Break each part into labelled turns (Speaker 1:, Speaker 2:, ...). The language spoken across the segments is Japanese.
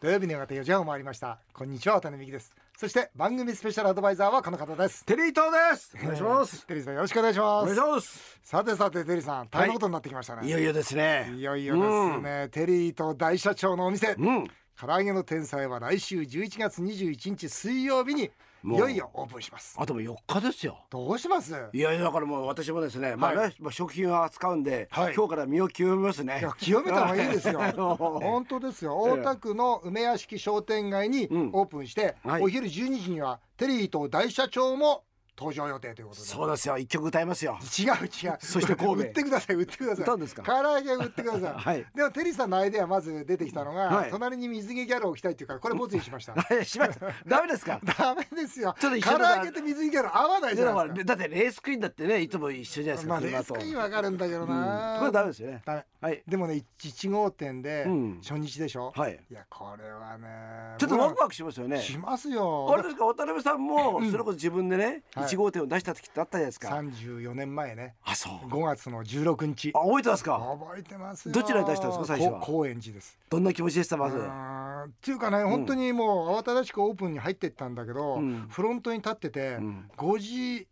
Speaker 1: 土曜日の夕方4時半を回りましたこんにちは渡辺美希ですそして番組スペシャルアドバイザーはこの方です
Speaker 2: テリー東です。お願いします。
Speaker 1: テリーさんよろしくお願いしま
Speaker 2: お願
Speaker 1: す
Speaker 2: いします。
Speaker 1: さてさてテリーさん大変なことになってきましたね、
Speaker 2: いよいよですね。
Speaker 1: いよいよですね、テリーと大社長のお店、
Speaker 2: うん。うん。
Speaker 1: 唐揚げの天才は来週11月21日水曜日にい
Speaker 2: もう
Speaker 1: よいよオープンします
Speaker 2: あともう4日ですよ。
Speaker 1: どうします
Speaker 2: いやいやだからもう私もですね、まあ
Speaker 1: は
Speaker 2: ね、まあ食品を扱うんで、
Speaker 1: はい
Speaker 2: 今日から身を清めますね
Speaker 1: いや。清めた方がいいですよ
Speaker 2: あの
Speaker 1: 本当ですよ大田区の梅屋敷商店街に
Speaker 2: うん
Speaker 1: オープンして、
Speaker 2: はい
Speaker 1: お昼12時にはテリーと大社長も登場予定ということで
Speaker 2: そうですよ。一曲歌いますよ。
Speaker 1: 違う違う
Speaker 2: そして神戸
Speaker 1: 売ってください売ってください
Speaker 2: 歌うんですか
Speaker 1: 唐揚げ売ってください、
Speaker 2: はい
Speaker 1: でもテリーさんのアイデアまず出てきたのが、
Speaker 2: はい
Speaker 1: 隣に水着ギャルを着たいっていうからこれボツにしま した
Speaker 2: はいしました。ダメですか。
Speaker 1: ダメですよ。
Speaker 2: ちょっと一
Speaker 1: 唐
Speaker 2: 緒だ
Speaker 1: 揚げと水着ギャル合わないじ
Speaker 2: でだ
Speaker 1: ゃ
Speaker 2: か
Speaker 1: ない
Speaker 2: ら
Speaker 1: です
Speaker 2: だってレースクイーンだってね、いつも一緒じゃな
Speaker 1: か。
Speaker 2: いです
Speaker 1: ま
Speaker 2: か。
Speaker 1: あレー
Speaker 2: 車
Speaker 1: ス
Speaker 2: と。
Speaker 1: クイーンわかるんだけど
Speaker 2: うん
Speaker 1: な。
Speaker 2: これダメですよね。
Speaker 1: ダメ
Speaker 2: はい。
Speaker 1: でもね、1号店で
Speaker 2: うん
Speaker 1: 初日でしょ。
Speaker 2: はい。
Speaker 1: いやこれはね。
Speaker 2: ちょっとワクワクしますよね
Speaker 1: ク。しますよ。
Speaker 2: あれですか渡辺さんもそれこそ自分でね、
Speaker 1: はい
Speaker 2: 1号店を出した時ってあったじゃないですか。
Speaker 1: 34年前ね、
Speaker 2: あそう。
Speaker 1: 5月の16日
Speaker 2: あ。覚えてますか。
Speaker 1: 覚えてますよ。
Speaker 2: どちらに出したんですか最初は
Speaker 1: こ高円寺です。
Speaker 2: どんな気持ちでしたまず
Speaker 1: う。ーんっていうかね、本当にもう慌ただしくオープンに入ってったんだけど、
Speaker 2: うん
Speaker 1: フロントに立ってて
Speaker 2: うん
Speaker 1: 5時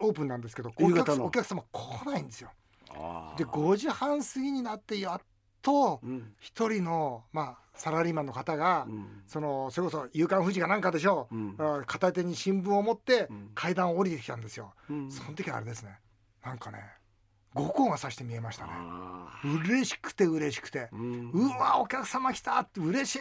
Speaker 1: オープンなんですけど、お
Speaker 2: 夕
Speaker 1: 客さ
Speaker 2: 方
Speaker 1: ん
Speaker 2: の
Speaker 1: お客様来ないんですよ。
Speaker 2: あー
Speaker 1: で5時半過ぎになってやっと
Speaker 2: うん
Speaker 1: 一人の、まあ、サラリーマンの方が、
Speaker 2: うん
Speaker 1: そのそれこそ「夕刊富士」かなんかでしょ
Speaker 2: う
Speaker 1: う、
Speaker 2: ん
Speaker 1: あ片手に新聞を持って
Speaker 2: うん
Speaker 1: 階段を降りてきたんですよ、
Speaker 2: うん
Speaker 1: その時はあれですねなんかね五光がさして見えましたね
Speaker 2: あ
Speaker 1: 嬉しくて嬉しくて
Speaker 2: ー、うん
Speaker 1: うわお客様来たって嬉しい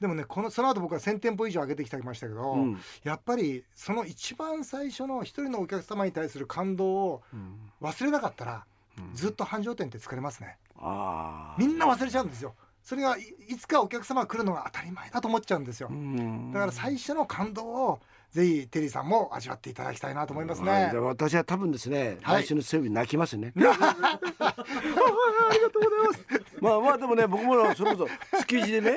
Speaker 1: でもねこのその後僕は1,000店舗以上上げてきてましたけど、
Speaker 2: うん
Speaker 1: やっぱりその一番最初の一人のお客様に対する感動を
Speaker 2: うん
Speaker 1: 忘れなかったら
Speaker 2: うん
Speaker 1: ずっと繁盛店って作れますね
Speaker 2: あー
Speaker 1: みんな忘れちゃうんですよそれがいいつかお客様が来るのが当たり前だと思っちゃうんですよ
Speaker 2: うん
Speaker 1: だから最初の感動をぜひテリーさんも味わっていただきたいなと思います
Speaker 2: はい
Speaker 1: ね
Speaker 2: でも私は多分ですね、
Speaker 1: はい
Speaker 2: 来週の水曜日泣きます ね。 まあまあでもね僕もそれこそ築地 でね、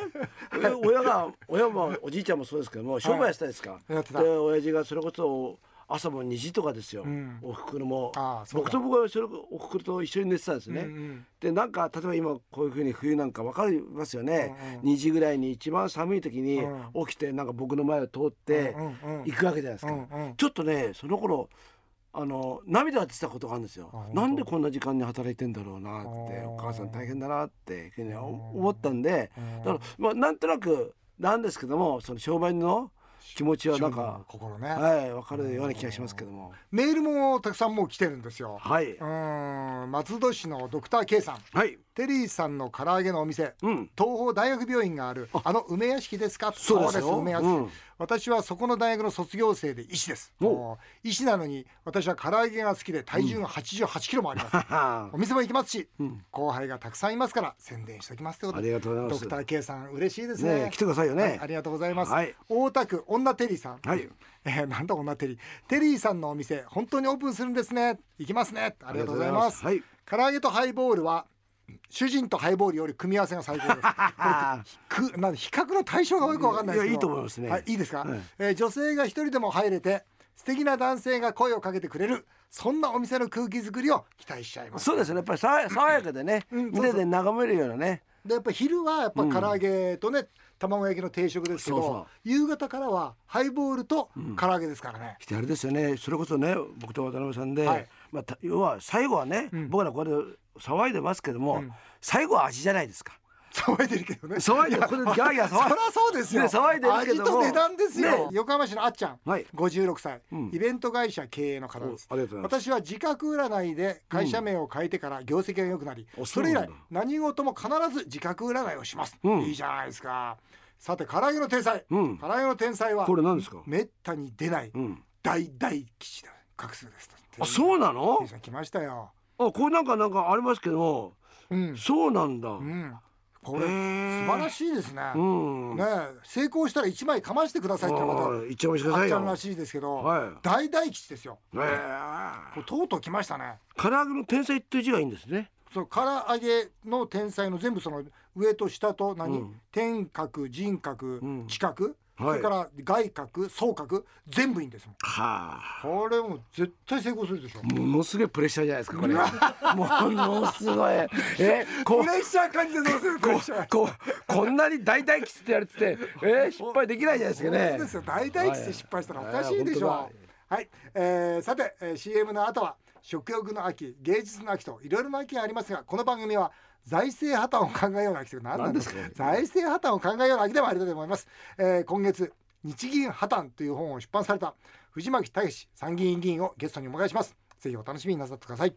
Speaker 2: 親が親もおじいちゃんもそうですけども商売やってたですか。
Speaker 1: やってた
Speaker 2: で親父がそれこそ朝も2時とかですよ。
Speaker 1: うん
Speaker 2: おふくろも
Speaker 1: ああそう
Speaker 2: 僕
Speaker 1: か
Speaker 2: と僕はそれこおふくろと一緒に寝てたんですね。
Speaker 1: うんうん
Speaker 2: でなんか例えば今こういうふうに冬なんかわかりますよね、
Speaker 1: うん
Speaker 2: 2時ぐらいに一番寒い時に
Speaker 1: う
Speaker 2: 起きてなんか僕の前を通って
Speaker 1: うんうん
Speaker 2: 行くわけじゃないですか、
Speaker 1: うんうん
Speaker 2: ちょっとねその頃あの涙が出てたことがあるんですよ
Speaker 1: あ本当
Speaker 2: なんでこんな時間に働いてんだろうなって
Speaker 1: あー
Speaker 2: お母さん大変だなっていうふうに
Speaker 1: うん
Speaker 2: 思ったんで
Speaker 1: うん
Speaker 2: だから、まあ、なんとなくなんですけどもその商売の気持ちはなん
Speaker 1: 商人の
Speaker 2: か、
Speaker 1: 心ね、
Speaker 2: はい、分かるような気がしますけども
Speaker 1: メールもたくさんもう来てるんですよ
Speaker 2: はい、
Speaker 1: うん松戸市のドクター K さん
Speaker 2: はい
Speaker 1: テリーさんの唐揚げのお店
Speaker 2: うん
Speaker 1: 東邦大学病院があるあの梅屋敷ですか
Speaker 2: そうですよ
Speaker 1: 梅 屋敷、
Speaker 2: うん
Speaker 1: 私はそこの大学の卒業生で医師です
Speaker 2: お
Speaker 1: 医師なのに私は唐揚げが好きで体重が8 8キロもあり ます、
Speaker 2: は
Speaker 1: お店も行きますし、
Speaker 2: うん
Speaker 1: 後輩がたくさんいますから宣伝しておきますという
Speaker 2: は
Speaker 1: こ
Speaker 2: あ
Speaker 1: と
Speaker 2: り
Speaker 1: で
Speaker 2: がとうございま
Speaker 1: ド
Speaker 2: す
Speaker 1: クター K さん嬉しいですね
Speaker 2: ねえ来てくださいよね、
Speaker 1: はいありがとうございます、
Speaker 2: はい
Speaker 1: 大田区女テリーさん
Speaker 2: はい
Speaker 1: えーなんだ女テリーテリーさんのお店本当にオープンするんですね行きますねありがとうございます
Speaker 2: はい。
Speaker 1: 唐揚げとハイボールは主人とハイボールより組み合わせが最高ですくなん比較の対象が多いかわかんないですけど
Speaker 2: いやいいと思いますね
Speaker 1: はい、いいですか、
Speaker 2: はい
Speaker 1: えー女性が一人でも入れて素敵な男性が声をかけてくれるそんなお店の空気作りを期待しちゃいます
Speaker 2: そうですね。やっぱり爽や爽やかでね、
Speaker 1: うん
Speaker 2: みんなで眺めるようなね。
Speaker 1: でやっぱ昼はやっぱ唐揚げとね、卵焼きの定食ですけど
Speaker 2: そうそう
Speaker 1: 夕方からはハイボールと唐揚げですからね、
Speaker 2: してあれですよね。それこそね、僕と渡辺さんで、
Speaker 1: はい
Speaker 2: まあた要は最後はね、僕らこれ騒いでますけども、最後は味じゃないですか。
Speaker 1: 騒いでるけどね
Speaker 2: 騒いでるこれギャーギャー騒い
Speaker 1: そりゃそうですよ、
Speaker 2: ね騒いでるけども
Speaker 1: 味と値段ですよ、
Speaker 2: ね
Speaker 1: 横浜市のあっちゃん、
Speaker 2: はい
Speaker 1: 56歳、
Speaker 2: ん
Speaker 1: イベント会社経営の方です
Speaker 2: おありがとうございます
Speaker 1: 私は自覚占いで会社名を変えてから業績が良くなり、
Speaker 2: うんあ
Speaker 1: そ
Speaker 2: そう
Speaker 1: れ
Speaker 2: な
Speaker 1: 以
Speaker 2: んだ
Speaker 1: 来何事も必ず自覚占いをします、
Speaker 2: うん
Speaker 1: いいじゃないですかさて唐揚げの天才、
Speaker 2: うん
Speaker 1: 唐揚げの天才は
Speaker 2: これ何ですか。
Speaker 1: めったに出ない
Speaker 2: うん。
Speaker 1: 大大吉だ画数です
Speaker 2: あ、そうな
Speaker 1: テリ
Speaker 2: の
Speaker 1: ー？さん来ましたよ
Speaker 2: あ、これなんかなんかありますけども、
Speaker 1: うん、
Speaker 2: そうなんだ。う。
Speaker 1: うんん、これ
Speaker 2: へ
Speaker 1: 素
Speaker 2: ー
Speaker 1: 晴らしいですね、ねえ成功したら1枚かましてくださいってま
Speaker 2: お
Speaker 1: た
Speaker 2: い、一丁目してくだ
Speaker 1: あ
Speaker 2: さ
Speaker 1: っ
Speaker 2: い
Speaker 1: ちゃん
Speaker 2: よ
Speaker 1: ら。しいですけど、
Speaker 2: はい
Speaker 1: 大大吉ですよ
Speaker 2: えー
Speaker 1: これとうとう来ましたね
Speaker 2: 唐揚げの天才っていう字がいいんですね。
Speaker 1: その唐揚げの天才の全部その上と下と何、
Speaker 2: うん
Speaker 1: 天格人格、
Speaker 2: うん
Speaker 1: 知覚
Speaker 2: はい
Speaker 1: それから外角総角全部いいんですもん
Speaker 2: はあ
Speaker 1: これもう絶対成功するでしょ
Speaker 2: ものすごいプレッシャーじゃないですかこれ ものすごいえこ
Speaker 1: プレッシャー感じてどうするプレッシャー
Speaker 2: ここんなに大体吉ってやれててえ失敗できないじゃないですか
Speaker 1: 本
Speaker 2: ね
Speaker 1: 当ですよ大体吉で失敗したらおかしいでしょう
Speaker 2: はい
Speaker 1: はい、えーさて、えー CM の後は食欲の秋芸術の秋といろいろな秋がありますがこの番組は財政破綻を考えような秋というのは何なんですか
Speaker 2: 何です
Speaker 1: 財政破綻を考えような秋でもありだと思います、えー今月日銀破綻という本を出版された藤巻武史参議院議員をゲストにお迎えしますぜひお楽しみになさってください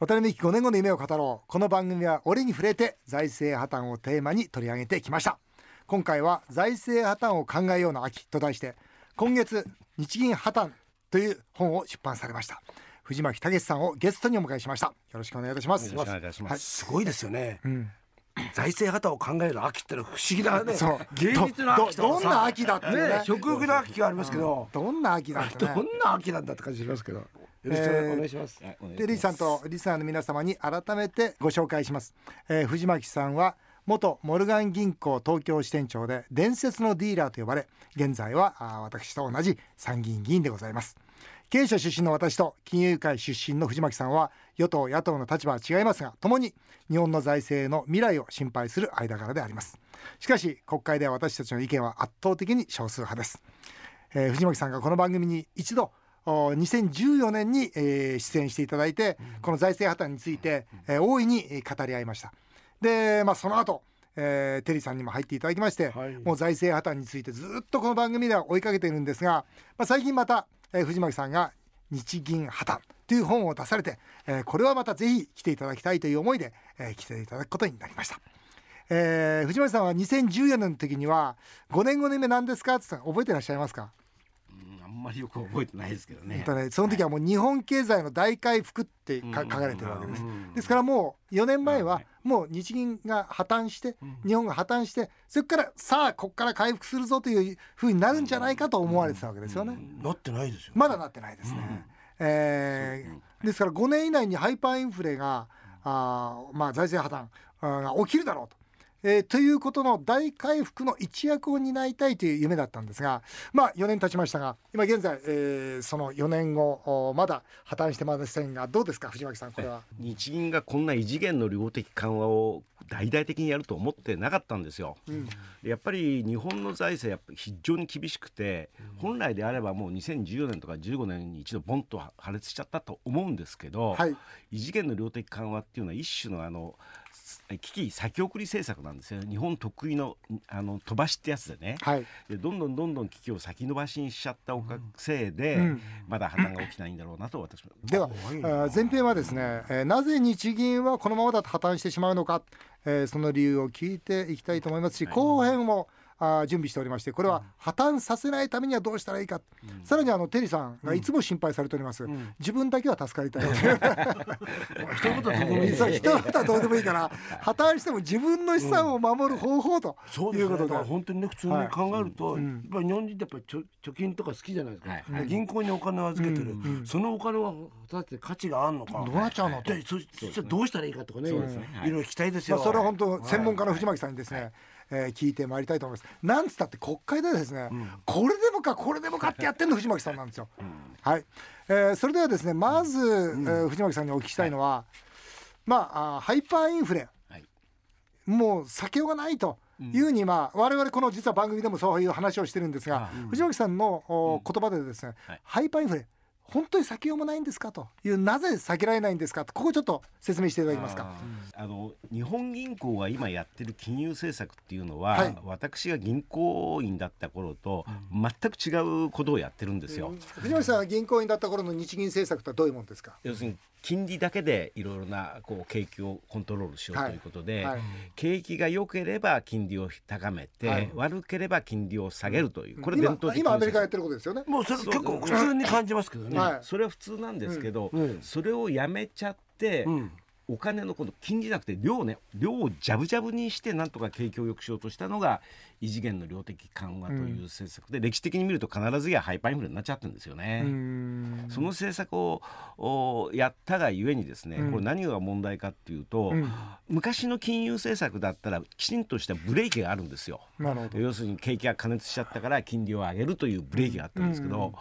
Speaker 1: 渡辺美希5年後の夢を語ろうこの番組は俺に触れて財政破綻をテーマに取り上げてきました今回は財政破綻を考えような秋と題して今月日銀破綻という本を出版されました藤巻武さんをゲストにお迎えしましたよろしくお願いいたします
Speaker 3: よろしくお願いいたします
Speaker 1: は
Speaker 2: すごいですよね
Speaker 1: うん
Speaker 2: 財政破綻を考える秋ってのは不思議だね
Speaker 1: そう
Speaker 2: 芸術の秋と
Speaker 1: どどどんな秋だっていうね
Speaker 2: ね食欲の秋がありますけど
Speaker 1: どんな秋だった
Speaker 2: ど
Speaker 1: ね
Speaker 2: んな秋なんだって感じしますけどよろしくお願いします
Speaker 3: はいお願いします
Speaker 1: でリーさんとリスナーの皆様に改めてご紹介します、えー藤巻さんは元モルガン銀行東京支店長で伝説のディーラーと呼ばれ現在はあー私と同じ参議院議員でございます経営者出身の私と金融界出身の藤巻さんは与党野党の立場は違いますが共に日本の財政の未来を心配する間柄でありますしかし国会では私たちの意見は圧倒的に少数派ですえー藤巻さんがこの番組に一度お2014年に、えー出演していただいて、この財政破綻について、えー大いにえー語り合いましたで、まあ、その後、えーテリーさんにも入っていただきまして、
Speaker 2: はい
Speaker 1: もう財政破綻についてずっとこの番組では追いかけているんですが、まあ、最近また、えー藤巻さんが「日銀破綻」という本を出されて、えーこれはまたぜひ来ていただきたいという思いで、えー来ていただくことになりました。えー藤森さんは2014年の時には5年後の夢何ですかって言ったの覚えてらっしゃいますか
Speaker 3: うんあんまりよく覚えてないですけど
Speaker 1: えっ
Speaker 3: ね
Speaker 1: とね、その時はもう日本経済の大回復ってか書かれてるわけです
Speaker 3: う。
Speaker 1: ですからもう4年前
Speaker 3: は
Speaker 1: はいもう日銀が破綻して
Speaker 3: うん
Speaker 1: 日本が破綻してそれからさあここから回復するぞというふうになるんじゃないかと思われてたわけですよね。
Speaker 2: なってないですよ
Speaker 1: まだなってないですね。えーですから5年以内にハイパーインフレがあーまあ、財政破綻あーが起きるだろうと。えーということの大回復の一役を担いたいという夢だったんですが、まあ、4年経ちましたが今現在、えーその4年後おまだ破綻してませんがどうですか藤巻さんこれは。
Speaker 3: 日銀がこんな異次元の量的緩和を大々的にやると思ってなかったんですよ。
Speaker 1: うん
Speaker 3: やっぱり日本の財政やっぱり非常に厳しくて、本来であればもう2014年とか15年に一度ボンと破裂しちゃったと思うんですけど、
Speaker 1: はい
Speaker 3: 異次元の量的緩和っていうのは一種のあの危機先送り政策なんですよ日本得意のあの飛ばしってやつでね。
Speaker 1: はい
Speaker 3: でどんどんどんどん危機を先延ばしにしちゃったおかせいで、
Speaker 1: うん
Speaker 3: まだ破綻が起きないんだろうなと私は。
Speaker 1: では、えー前編はですね、えーなぜ日銀はこのままだと破綻してしまうのか、えーその理由を聞いていきたいと思いますし後編もあー準備しておりましてこれは破綻させないためにはどうしたらいいか、さらにあのテリーさんがいつも心配されております、自分だけは助かりたい、
Speaker 2: 一言とこ
Speaker 1: えーそう人々はどうでもいいから破綻しても自分の資産を守る方法と
Speaker 2: そう
Speaker 1: い
Speaker 2: です
Speaker 1: う
Speaker 2: ね
Speaker 1: こ
Speaker 2: だ
Speaker 1: と
Speaker 2: か
Speaker 1: で
Speaker 2: ら。本当にね普通に考えると、
Speaker 1: はいうん
Speaker 2: やっぱり日本人ってやっぱり貯貯金とか好きじゃないですか、
Speaker 3: はい
Speaker 2: で銀行にお金を預けてる、
Speaker 1: うんうん
Speaker 2: そのお金は果たして価値があるのか、
Speaker 1: どうなっちゃうのと
Speaker 2: でそそしてどうしたらいいかとかね
Speaker 3: そうですねはい
Speaker 2: いろいろ聞きたいです
Speaker 1: ま
Speaker 2: よ、
Speaker 1: あ、それは本当専門家の藤巻さんにですね、えー聞いてまいりたいと思います。なんつったって国会でですね、これでもかこれでもかってやってんの藤巻さんなん ですよ。はい、えーそれではですねまず、えー藤巻さんにお聞きしたいのは、まああーハイパーインフレ
Speaker 3: はい
Speaker 1: もう避けようがないと。いうにまあ我々この実は番組でもそういう話をしてるんですが、藤巻さんのお言葉でですね、
Speaker 3: はい
Speaker 1: ハイパーインフレ本当に避けようもないんですかというなぜ避けられないんですかとここちょっと説明していただけますか。
Speaker 3: あーあの日本銀行が今やってる金融政策っていうのは、
Speaker 1: はい
Speaker 3: 私が銀行員だった頃と全く違うことをやってるんですよ。
Speaker 1: 藤森さんが銀行員だった頃の日銀政策とはどういうものですか。
Speaker 3: 要するに金利だけでいろいろなこう景気をコントロールしよう
Speaker 1: はい
Speaker 3: ということで、
Speaker 1: はい
Speaker 3: 景気が良ければ金利を高めて、
Speaker 1: はい
Speaker 3: 悪ければ金利を下げるという、これ伝
Speaker 1: 今
Speaker 3: 統的
Speaker 1: 今アメリカ
Speaker 3: な
Speaker 1: やってることですよね。
Speaker 2: もうそれ結構普通に感じますけどね、
Speaker 1: はい
Speaker 3: それは普通なんですけど、
Speaker 2: うんうん
Speaker 3: それをやめちゃって、
Speaker 2: うん
Speaker 3: お金の今度金利じゃなくて量ね量をジャブジャブにしてなんとか景気を良くしようとしたのが異次元の量的緩和という政策で、歴史的に見ると必ずやハイパーインフレになっちゃってるんですよね。
Speaker 1: うん
Speaker 3: その政策をおやったがゆえにですね、
Speaker 1: うん
Speaker 3: これ何が問題かっていうと、
Speaker 1: うん
Speaker 3: 昔の金融政策だったらきちんとしたブレーキがあるんですよ。
Speaker 1: なるほど。
Speaker 3: 要するに景気が加熱しちゃったから金利を上げるというブレーキがあったんですけど、
Speaker 1: うんうん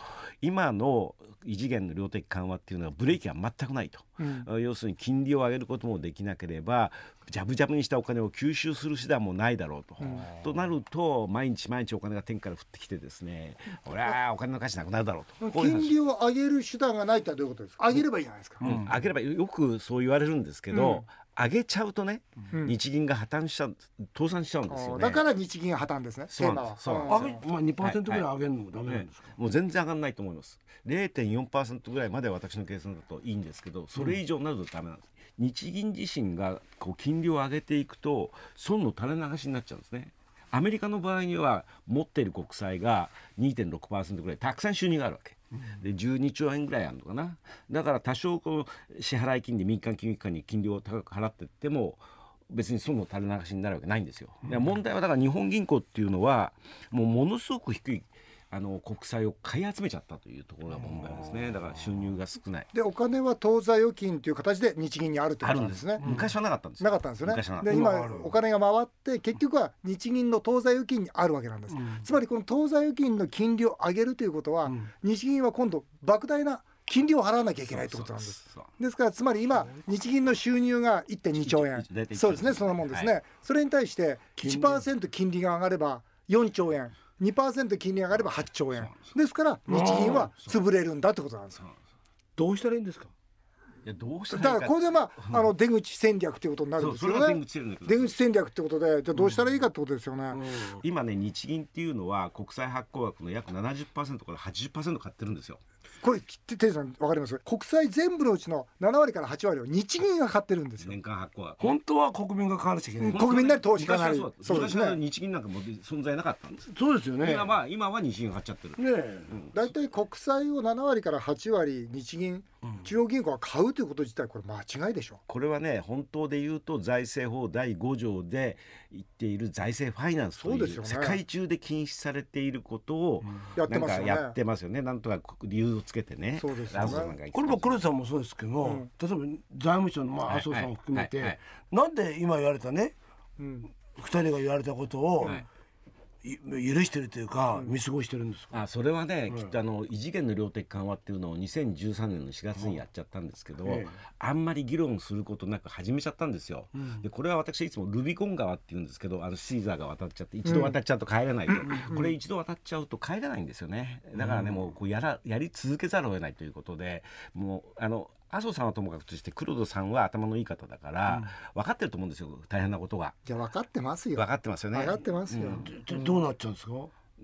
Speaker 3: 今の異次元の量的緩和っていうのはブレーキが全くないと。
Speaker 1: うん
Speaker 3: 要するに金利を上げることもできなければジャブジャブにしたお金を吸収する手段もないだろうと。
Speaker 1: うん
Speaker 3: となると毎日毎日お金が天から降ってきてですね俺はお金の価値なくなるだろうと。こういう話
Speaker 4: 金利を上げる手段がないってのはどういうことですか上げればいいじゃないですか、
Speaker 3: うん、上げればよくそう言われるんですけど、上げちゃうとね、
Speaker 1: うん
Speaker 3: 日銀が破綻しちゃう倒産しちゃうんですよ
Speaker 1: あー
Speaker 3: ね。
Speaker 1: だから日銀が破綻ですね。テ
Speaker 3: そう
Speaker 1: ー
Speaker 3: な
Speaker 1: マ
Speaker 3: んで
Speaker 1: は。
Speaker 3: すそうなん
Speaker 2: 上
Speaker 3: です
Speaker 2: げまあ2%ぐらい上げるのもダメなん
Speaker 3: ね
Speaker 2: ですか、
Speaker 3: もう全然上がらないと思います0.4%ぐらいまでは私の計算だといいんですけどそれ以上になるとダメなんです、日銀自身がこう金利を上げていくと損の垂れ流しになっちゃうんですねアメリカの場合には持っている国債が2.6%ぐらいたくさん収入があるわけ、で12兆円ぐらいあるのかなだから多少この支払い金利民間金融機関に金利を高く払っていっても別に損の垂れ流しになるわけないんですよ。で問題はだから日本銀行っていうのはもうものすごく低いあの国債を買い集めちゃったというところが問題ですね。だから収入が少ない。
Speaker 1: でお金は当座預金という形で日銀にあるという
Speaker 3: あ
Speaker 1: ことなんん
Speaker 3: るで
Speaker 1: ですす
Speaker 3: ね
Speaker 1: ね。。
Speaker 3: 昔はなかったんですよ。
Speaker 1: なかったんですよね
Speaker 3: 昔はな
Speaker 1: で
Speaker 3: かった
Speaker 2: 今
Speaker 1: 今
Speaker 2: ある
Speaker 1: お金が回って結局は日銀の当座預金にあるわけなんです、
Speaker 2: うん
Speaker 1: つまりこの当座預金の金利を上げるということは、
Speaker 2: うん
Speaker 1: 日銀は今度莫大な金利を払わなきゃいけないということなんです
Speaker 3: そうそう
Speaker 1: ですからつまり今日銀の収入が1.2兆円
Speaker 3: 大体1
Speaker 1: そうですねそんなもんですね、
Speaker 3: は
Speaker 1: それに対して1%金利が上がれば4兆円2%金利が上がれば8兆円ですから日銀は潰れるんだってことなんですよ
Speaker 2: どうしたらいいんですか
Speaker 3: いやどうした
Speaker 1: だ
Speaker 3: らいい
Speaker 1: からこれでまああの出口戦略ということになる
Speaker 3: そ
Speaker 1: ん
Speaker 3: う
Speaker 1: です
Speaker 3: それ
Speaker 1: よ
Speaker 3: が
Speaker 1: ね
Speaker 3: 出口戦略なんです
Speaker 1: 出
Speaker 3: よ
Speaker 1: 口戦略ってことでじゃあどうしたらいいかってことですよね、
Speaker 3: 今ね日銀っていうのは国債発行額の約70%から80%買ってるんですよ。
Speaker 1: これ切ってテイさんわかります国債全部のうちの7割から8割を日銀が買ってるんですよ
Speaker 3: 年間発行額。
Speaker 2: 本当は国民が買わなきゃいけない、
Speaker 1: うん国民なり投資家なり
Speaker 3: 昔は
Speaker 1: そ
Speaker 3: そうう
Speaker 1: で
Speaker 3: ですす
Speaker 1: ね
Speaker 3: 昔は日銀なんかもう存在なかったんです。
Speaker 2: そうですよね
Speaker 3: 今は今は日銀が買っちゃってる。
Speaker 2: ねえ
Speaker 1: 大体国債を7割から8割日銀中央銀行が買うということ自体これ間違いでしょ
Speaker 3: これはね本当で言うと財政法第5条で言っている財政ファイナンスとい
Speaker 1: そうですよ
Speaker 3: う
Speaker 1: ね
Speaker 3: 世界中で禁止されていることを
Speaker 1: やって
Speaker 3: なん
Speaker 1: ま
Speaker 3: か
Speaker 1: すよね
Speaker 3: やってますよねなんとか理由をつけてね
Speaker 1: そうですよね
Speaker 3: ラジオなんか言って
Speaker 2: これも黒田さんもそうですけど、
Speaker 1: うん
Speaker 2: 例えば財務省のまあ
Speaker 3: はい
Speaker 2: 麻生さんを含めて、
Speaker 3: はいはい
Speaker 2: なんで今言われたね
Speaker 1: うん
Speaker 2: 二人が言われたことを、
Speaker 3: はい
Speaker 2: い許してるというか、見過ごしてるんですか
Speaker 3: あそれはね、きっとあの異次元の量的緩和っていうのを2013年の4月にやっちゃったんですけど、
Speaker 2: ええ
Speaker 3: あんまり議論することなく始めちゃったんですよ。でこれは私いつもルビコン川っていうんですけどあのシーザーが渡っちゃって一度渡っちゃうと帰れないと、これ一度渡っちゃうと帰れないんですよね。だからね、もうこうやらやり続けざるを得ないということでもうあの麻生さんはともかくとして黒田さんは頭のいい方だから、分かってると思うんですよ大変なことが。
Speaker 1: じゃあ分かってますよ
Speaker 3: 分かってますよね。
Speaker 1: 分かってますよ、
Speaker 2: どどうなっちゃうんですか、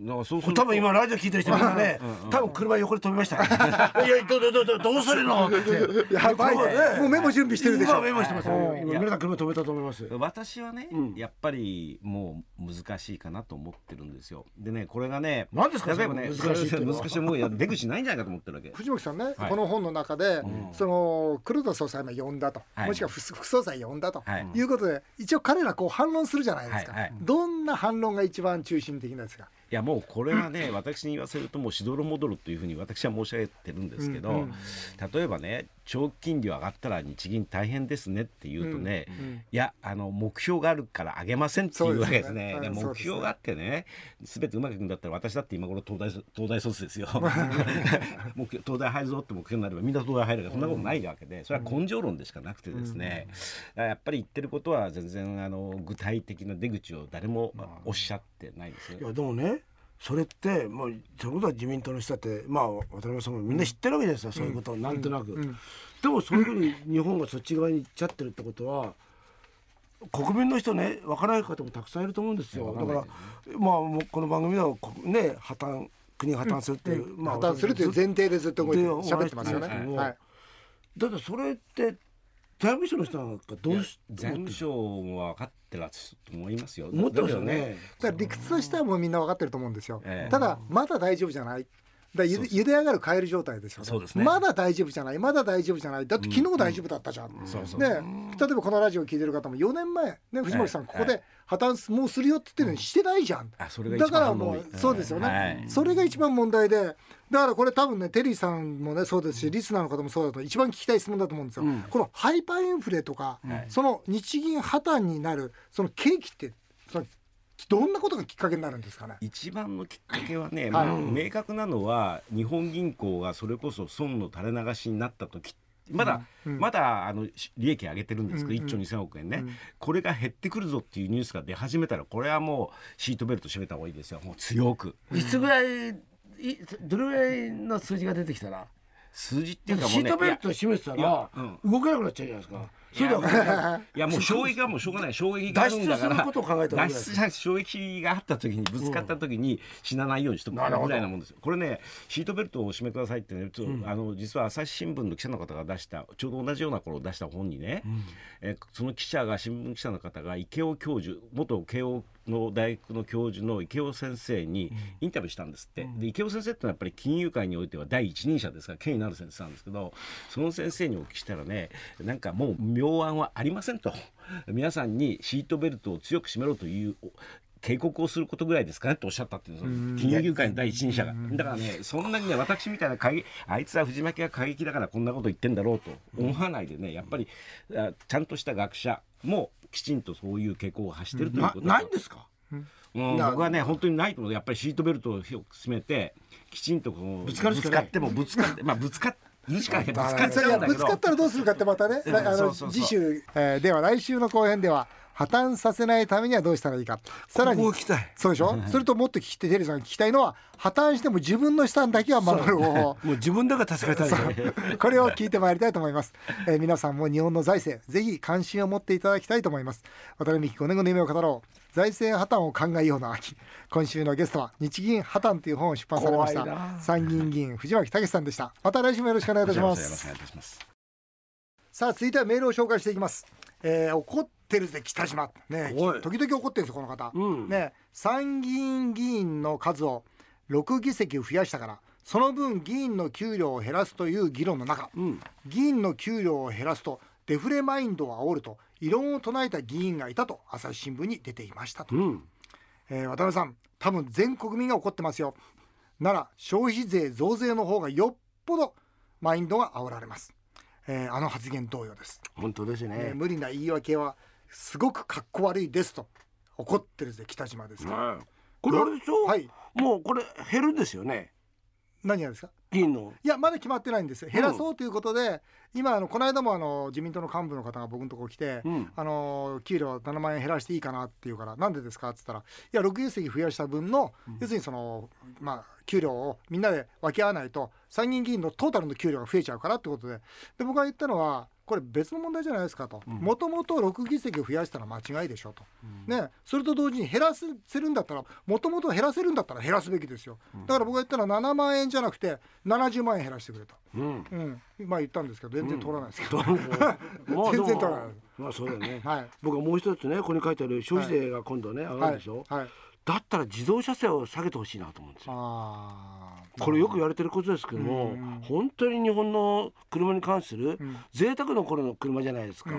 Speaker 3: だからそうす
Speaker 2: これ多
Speaker 3: ると
Speaker 2: 分今ラジオ聞いてる人みんなね、多分車横に飛びましたから、いやどどどどどうするのって
Speaker 1: やばいね
Speaker 2: そうね
Speaker 1: もうメモ準備してるでし
Speaker 2: 今
Speaker 1: ょ
Speaker 2: メモしてますよ、
Speaker 3: い
Speaker 2: 今皆さん車止めたと思います
Speaker 3: 私はね、やっぱりもう難しいかなと思ってるんですよ。でねこれがね
Speaker 2: 何ですか
Speaker 3: 例えばね
Speaker 2: その難しいっていうのは
Speaker 3: 難しいもういや出口ないんじゃないかと思って るわけ。
Speaker 1: 藤本さんね、
Speaker 3: はい
Speaker 1: この本の中で、その黒田総裁も呼んだと、
Speaker 3: はい
Speaker 1: もしくは副副総裁呼んだと、
Speaker 3: はいい、
Speaker 1: うことで一応彼らこう反論するじゃないですか、
Speaker 3: はいはい
Speaker 1: どんな反論が一番中心的なんですか、
Speaker 3: いやもうこれはね私に言わせるともうしどろもどろというふうに私は申し上げてるんですけど、
Speaker 1: うんうん
Speaker 3: 例えばね長期金利上がったら日銀大変ですねっていうとね、いやあの目標があるから上げませんっていうわけですね
Speaker 1: そうですね
Speaker 3: で
Speaker 1: うんそう
Speaker 3: 目
Speaker 1: ですね
Speaker 3: 標があってね全てうまくいくんだったら私だって今頃東大卒東大卒 ですよ目標東大入るぞって目標になればみんな東大入るからそんなことないわけでそれは根性論でしかなくてですね、だからやっぱり言ってることは全然あの具体的な出口を誰もおっしゃってないですね
Speaker 2: い。やでもねそれってもうそれこそは自民党の人だってまあ渡辺さんもみんな知ってるわけですよ、そういうことをなんとなく、でもそういうふうに日本がそっち側に行っちゃってるってことは国民の人ね分からない方もたくさんいると思うんですよだからまあもうこの番組ではこね破綻国が破綻するっていう、まあ
Speaker 1: 破綻するという前提でずっと動いて喋ってますよね、
Speaker 2: でお話ししてますけど
Speaker 1: はい、
Speaker 2: だってそれって財務省の人なんかどうし
Speaker 3: 財務省は分かってらっしゃると思いますよ。
Speaker 2: 思ってますよ
Speaker 3: だけど
Speaker 2: ね。
Speaker 1: だから理屈としてはもうみんな分かってると思うんですよ、
Speaker 3: ええ
Speaker 1: ただまだ大丈夫じゃないらゆでゆで上がるカエル状態ですよね
Speaker 3: そうですね
Speaker 1: まだ大丈夫じゃないまだ大丈夫じゃないだって昨日大丈夫だったじゃん、
Speaker 3: そうそう
Speaker 1: ね例えばこのラジオを聞いてる方も4年前、ね、藤森さんここで破綻もうするよって言ってるのにしてないじゃん、
Speaker 3: あそれが一
Speaker 1: だ
Speaker 3: 番
Speaker 1: からも
Speaker 3: 反応いうい
Speaker 1: そうですよね、
Speaker 3: はい
Speaker 1: それが一番問題でだからこれ多分ねテリーさんもねそうですしリスナーの方もそうだと一番聞きたい質問だと思うんですよ、このハイパーインフレとか、その日銀破綻になるその景気ってそのどんなことがきっかけになるんですかね
Speaker 3: 一番のきっかけは
Speaker 1: は
Speaker 3: ね、
Speaker 1: い
Speaker 3: まあ明確なのは日本銀行がそれこそ損の垂れ流しになった時まだ、まだあのし利益上げてるんですけど、1兆2000億円ね、これが減ってくるぞっていうニュースが出始めたらこれはもうシートベルト締めた方がいいですよもう強く
Speaker 2: いつぐらいいどれぐらいの数字が出てきたら
Speaker 3: 数字っ
Speaker 2: シ
Speaker 3: ていうかもう
Speaker 2: ー
Speaker 3: ね
Speaker 2: トベルトを締めてた
Speaker 3: いや
Speaker 2: ら動けなくなっちゃうじゃないですかそれでは
Speaker 3: い やもう衝撃はもうしょうがない衝撃があるんだから
Speaker 2: 脱出することを考えた方がいい
Speaker 3: 脱出した衝撃があった時にぶつかった時に死なないようにしても
Speaker 2: なるほど
Speaker 3: ぐらいなもんですよこれねシートベルトをお締めくださいってね、ちょあの実は朝日新聞の記者の方が出したちょうど同じような頃出した本にね、えその記者が新聞記者の方が池尾教授元慶応の大学の教授の池尾先生にインタビューしたんですって、で池尾先生ってのはやっぱり金融界においては第一人者ですから権威のある先生なんですけどその先生にお聞きしたらねなんかもう妙案はありませんと皆さんにシートベルトを強く締めろという警告をすることぐらいですかねっておっしゃったっていうその金融業界の第一人者がだからねそんなにね私みたいな過激あいつは藤巻が過激だからこんなこと言ってんだろうと思わないでねやっぱりあちゃんとした学者もきちんとそういう傾向を発してるという
Speaker 2: な
Speaker 3: こと
Speaker 2: ないんですか
Speaker 3: うん
Speaker 2: な
Speaker 3: 僕はね本当にないと思うやっぱりシートベルトを広く締めてきちんとこのぶ
Speaker 2: つかるしかない
Speaker 3: ってもぶつかってまあぶつかるしかないぶつかっち
Speaker 1: そ
Speaker 3: ゃ
Speaker 1: れ
Speaker 3: う
Speaker 1: が
Speaker 3: んだ
Speaker 1: ぶ
Speaker 3: け
Speaker 1: つ
Speaker 3: ど
Speaker 1: かったらどうするかってまたね、
Speaker 3: ん
Speaker 1: あの
Speaker 3: そうそうそう
Speaker 1: 次週、えーでは来週の後編では破綻させないためにはどうしたらいいかさらに
Speaker 2: ここを聞きたい
Speaker 1: そうでし ょそれともっと聞きてテリーさんが聞きたいのは破綻しても自分の資産だけは守る方法
Speaker 2: もう自分だから助かりたいんだよ
Speaker 1: これを聞いてまいりたいと思います、えー皆さんも日本の財政ぜひ関心を持っていただきたいと思います渡辺美希5年後の夢を語ろう財政破綻を考えようの秋今週のゲストは日銀破綻という本を出版されまし
Speaker 2: 怖い
Speaker 1: た
Speaker 2: な
Speaker 1: 参議院議員藤巻武さんでしたまた来週もよろしくお願いいたしま
Speaker 3: よろ
Speaker 1: す
Speaker 3: くお願いいたします
Speaker 1: さあ続いてはメールを紹介していきます、えー、怒ってるぜ北島ね
Speaker 2: おい
Speaker 1: 時々怒ってるんですよこの方、
Speaker 2: うん
Speaker 1: ね参議院議員の数を6議席増やしたからその分議員の給料を減らすという議論の中、
Speaker 2: ん
Speaker 1: 議員の給料を減らすとデフレマインドを煽ると異論を唱えた議員がいたと朝日新聞に出ていましたと、
Speaker 2: うん
Speaker 1: えー渡辺さん多分全国民が怒ってますよなら消費税増税の方がよっぽどマインドが煽られます、えーあの発言同様です、
Speaker 2: 本当です
Speaker 1: えー
Speaker 2: ね
Speaker 1: 無理な言い訳はすごくかっこ悪いですと怒ってるぜ北島ですが
Speaker 2: はいこれあれでしょ
Speaker 1: はい
Speaker 2: もうこれ減るんですよね
Speaker 1: 何がですか
Speaker 2: 議員の
Speaker 1: いやまだ決まってないんですよ減らそうということで、今あのこの間もあの自民党の幹部の方が僕のとこ来て、
Speaker 2: うん
Speaker 1: あの給料7万円減らしていいかなって言うからなんでですかって言ったらいや6議席増やした分の、要するにそのまあ給料をみんなで分け合わないと参議院議員のトータルの給料が増えちゃうからってことでで僕が言ったのはこれ別の問題じゃないですかともともと6議席を増やしたのは間違いでしょと、ね、それと同時に減らせるんだったらもともと減らせるんだったら減らすべきですよだから僕が言ったのは7万円じゃなくて70万円減らしてくれと、
Speaker 2: うん
Speaker 1: うん、今言ったんですけど全然取らないですけど、
Speaker 2: まあでも
Speaker 1: 全然取らない
Speaker 2: まあそうだよね
Speaker 1: はい
Speaker 2: 僕はもう一つねここに書いてある消費税が今度ね上が
Speaker 1: は
Speaker 2: る
Speaker 1: い
Speaker 2: でしょ
Speaker 1: はい
Speaker 2: だったら自動車税を下げてほしいなと思うんですよ
Speaker 1: あー
Speaker 2: これよく言われてることですけども、本当に日本の車に関する贅沢の頃の車じゃないですか、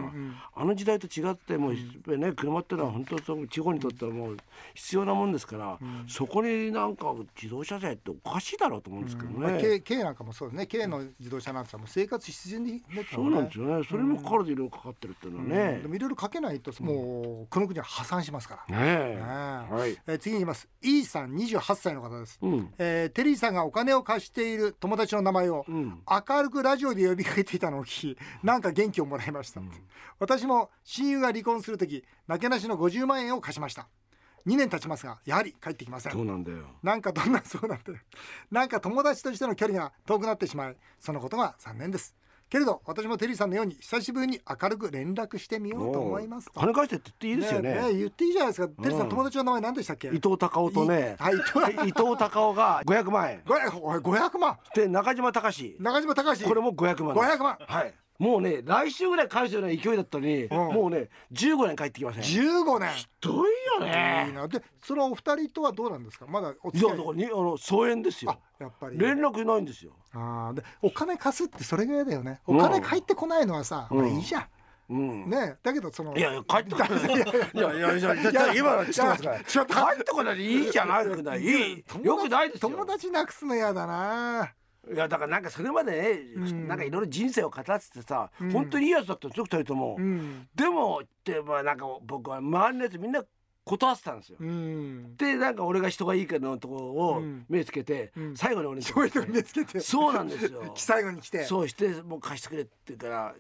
Speaker 2: あの時代と違ってもう、ね、車ってのは本当にその地方にとってはもう必要なもんですから、そこになんか自動車税っておかしいだろうと思うんですけどね、
Speaker 1: まあ、軽軽なんかもそうですね軽の自動車なんてもう生活必需になった
Speaker 2: そ
Speaker 1: の
Speaker 2: う
Speaker 1: ね
Speaker 2: なんですよねそれもかかるでいろいろかかってるっていうのはね
Speaker 1: で、もいろいろかけないともうこの国は破産しますから、
Speaker 2: ねえ
Speaker 1: ね
Speaker 2: はい、
Speaker 1: えー次にいきます E さん28歳の方です、
Speaker 2: うん
Speaker 1: えーテリーさんがお金を貸している友達の名前を
Speaker 2: うん
Speaker 1: 明るくラジオで呼びかけていたのを聞きなんか元気をもらいました、私も親友が離婚する時なけなしの50万円を貸しました2年経ちますがやはり返ってきません
Speaker 2: そうなんだよ
Speaker 1: なんかどんなそうなんだよ なんか友達としての距離が遠くなってしまいそのことが残念ですけれど私もテリーさんのように久しぶりに明るく連絡してみようと思いますと
Speaker 2: 金返してって言っていいですよね
Speaker 1: 言っていいじゃないですかテリーさん
Speaker 2: うん
Speaker 1: 友達の名前何でしたっけ
Speaker 2: 伊藤隆夫とね
Speaker 1: いはい伊藤
Speaker 2: 伊藤隆夫が500万円
Speaker 1: ごやおい500万
Speaker 2: で中島隆
Speaker 1: 中島隆
Speaker 2: これも500万です
Speaker 1: 500万
Speaker 2: はいもうね来週ぐらい返すような勢いだったのに、
Speaker 1: ん
Speaker 2: もうね15年帰ってきませんひ
Speaker 1: 15年
Speaker 2: どいよよ
Speaker 1: いい
Speaker 2: ね
Speaker 1: なでそれはお二人とはどうなんですかまだお
Speaker 2: い
Speaker 1: 付き
Speaker 2: や
Speaker 1: 合
Speaker 2: だ
Speaker 1: い
Speaker 2: からにあの疎遠ですよ
Speaker 1: あやっぱり
Speaker 2: 連絡ないんですよ
Speaker 1: あーでお金貸すってそれぐらいだよねお金返ってこないのはさ、
Speaker 2: うん
Speaker 1: まあいいじゃ
Speaker 2: うん
Speaker 1: んねだけどその
Speaker 2: い やいや帰ってこない。いやいやいやいやいや今のちょっと待って帰ってこないでいいじゃないくない。い
Speaker 1: 友
Speaker 2: い
Speaker 1: 達
Speaker 2: よくないですよ。
Speaker 1: 友達なくすの嫌だない
Speaker 2: やだからなんかそれまでね、
Speaker 1: うん
Speaker 2: なんかいろいろ人生を語っててさ、
Speaker 1: うん
Speaker 2: 本当にいいやつだったんですよ二人とも。
Speaker 1: うん
Speaker 2: でもってまあなんか僕は周りのやつみんな断ってたんですよ。
Speaker 1: うん
Speaker 2: でなんか俺が人がいいかのとこを
Speaker 1: うん
Speaker 2: 目つけて、
Speaker 1: うん
Speaker 2: 最後に俺に
Speaker 1: そういう人に目つけて。
Speaker 2: そうなんですよ
Speaker 1: 最後に 来て
Speaker 2: そうしてもう貸してくれって言うから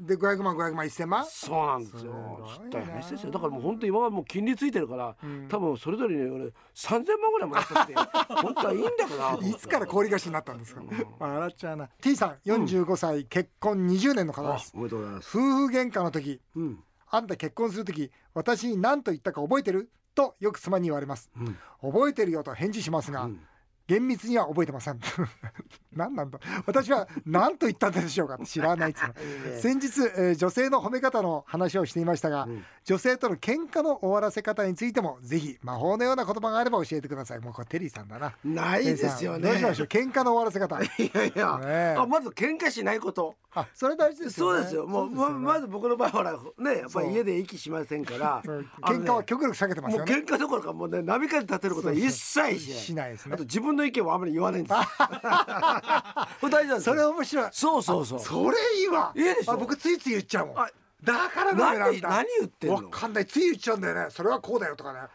Speaker 1: で500万500万1000万
Speaker 2: そうなんですよ
Speaker 1: す
Speaker 2: 知
Speaker 1: ご
Speaker 2: っ
Speaker 1: いな
Speaker 2: た話ですよだからもう本当今はもう金利ついてるから、
Speaker 1: うん
Speaker 2: 多分それぞれに俺3000万ぐらいもらったって 本当はいいんだから
Speaker 1: いつから氷菓子になったんですか、笑っちゃうな T さん45歳、結婚20年の方です
Speaker 2: おめでとうございます、
Speaker 1: 夫婦喧嘩の時
Speaker 2: うん
Speaker 1: あんた結婚する時私に何と言ったか覚えてるとよく妻に言われます
Speaker 2: うん
Speaker 1: 覚えてるよと返事しますが、
Speaker 2: うん
Speaker 1: 厳密には覚えてません 何なんだ私は何と言ったんでしょうか知らないっつうの先日、えー女性の褒め方の話をしていましたが、
Speaker 2: ん
Speaker 1: 女性との喧嘩の終わらせ方についてもぜひ魔法のような言葉があれば教えてくださいもうこれテリーさんだな
Speaker 2: ない
Speaker 1: テリ
Speaker 2: で
Speaker 1: ーさん
Speaker 2: すよ
Speaker 1: どう
Speaker 2: ね
Speaker 1: しましょう喧嘩の終わらせ 方
Speaker 2: いやいや、
Speaker 1: ねえ
Speaker 2: あまず喧嘩しないこと
Speaker 1: あそれ大事ですよね
Speaker 2: そうですよもう
Speaker 1: そです
Speaker 2: ま
Speaker 1: よね
Speaker 2: まず僕の場合ほらねやっぱり家で息しませんから
Speaker 1: そう
Speaker 2: あの
Speaker 1: 喧
Speaker 2: ね
Speaker 1: 嘩は極力避けてます
Speaker 2: もう
Speaker 1: よね
Speaker 2: 喧嘩どころかもうね波風立てることは一切しない
Speaker 1: しないですね
Speaker 2: あと自分の意見はあまり言わないん ですよこれ大事なんです
Speaker 1: それ
Speaker 2: よ
Speaker 1: 面白い
Speaker 2: そうそうそう
Speaker 1: それいいわ
Speaker 2: いいでしょ
Speaker 1: あ僕ついつい言っちゃうもん
Speaker 2: あ
Speaker 1: だからダメなん
Speaker 2: 何
Speaker 1: だ
Speaker 2: 何言ってん
Speaker 1: わ
Speaker 2: の
Speaker 1: かんないつい言っちゃうんだよねそれはこうだよとかねあ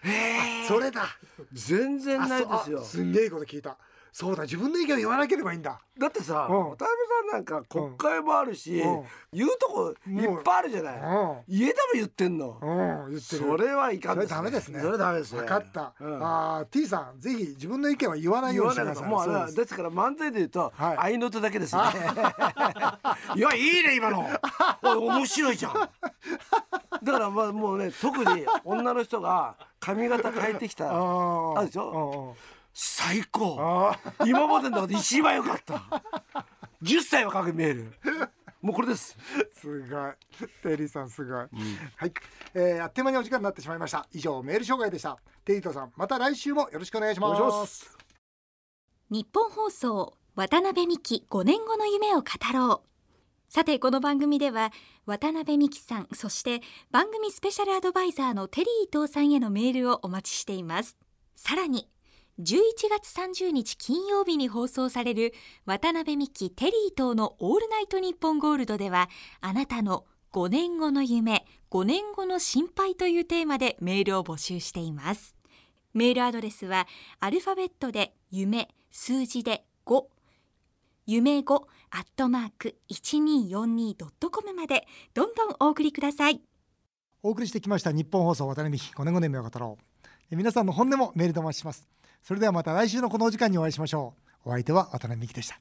Speaker 1: それだ
Speaker 2: 全然
Speaker 1: あ
Speaker 2: ない
Speaker 1: そ
Speaker 2: です
Speaker 1: あ
Speaker 2: よ
Speaker 1: すんげえいいこと聞いたそうだ自分の意見を言わなければいいんだ
Speaker 2: だってさ
Speaker 1: うん
Speaker 2: 渡辺さんなんか国会もあるし、
Speaker 1: うん
Speaker 2: 言うとこいっぱいあるじゃない、
Speaker 1: うん
Speaker 2: 家でも言ってんの、
Speaker 1: うん言ってる
Speaker 2: それはいかん
Speaker 1: それダメですね
Speaker 2: それダメですね
Speaker 1: 分かった、
Speaker 2: うん
Speaker 1: あー T さんぜひ自分の意見は言わない
Speaker 2: 言
Speaker 1: ように
Speaker 2: わ
Speaker 1: して
Speaker 2: な
Speaker 1: くだ
Speaker 2: いと
Speaker 1: さい
Speaker 2: もうあれ
Speaker 1: そう
Speaker 2: は
Speaker 1: です
Speaker 2: ですから漫才で言うと
Speaker 1: はい
Speaker 2: 愛の手だけですね いやいいね今のおい面白いじゃんだからまあもうね特に女の人が髪型変えてき
Speaker 1: あ
Speaker 2: た
Speaker 1: ー
Speaker 2: あるでしょ最高
Speaker 1: うんうんあ
Speaker 2: 今までの中で一番良かった10歳若く見えるもうこれです
Speaker 1: ーすごいテリーさんすごい、はい、えー、あっという間にお時間になってしまいました以上メール紹介でしたテリーとさんまた来週もよろしくお願いします
Speaker 2: お願いします
Speaker 5: 日本放送渡辺美希5年後の夢を語ろうさてこの番組では渡辺美希さんそして番組スペシャルアドバイザーのテリー伊藤さんへのメールをお待ちしていますさらに11月30日金曜日に放送される渡辺美希テリー伊藤のオールナイトニッポンゴールドではあなたの5年後の夢5年後の心配というテーマでメールを募集していますメールアドレスはアルファベットで夢数字で5夢5アットマーク 1242.com までどんどんお送りください
Speaker 1: お送りしてきました日本放送渡辺美希5年5年目を語ろうえ皆さんの本音もメールでお待ちしますそれではまた来週のこのお時間にお会いしましょうお相手は渡辺美希でした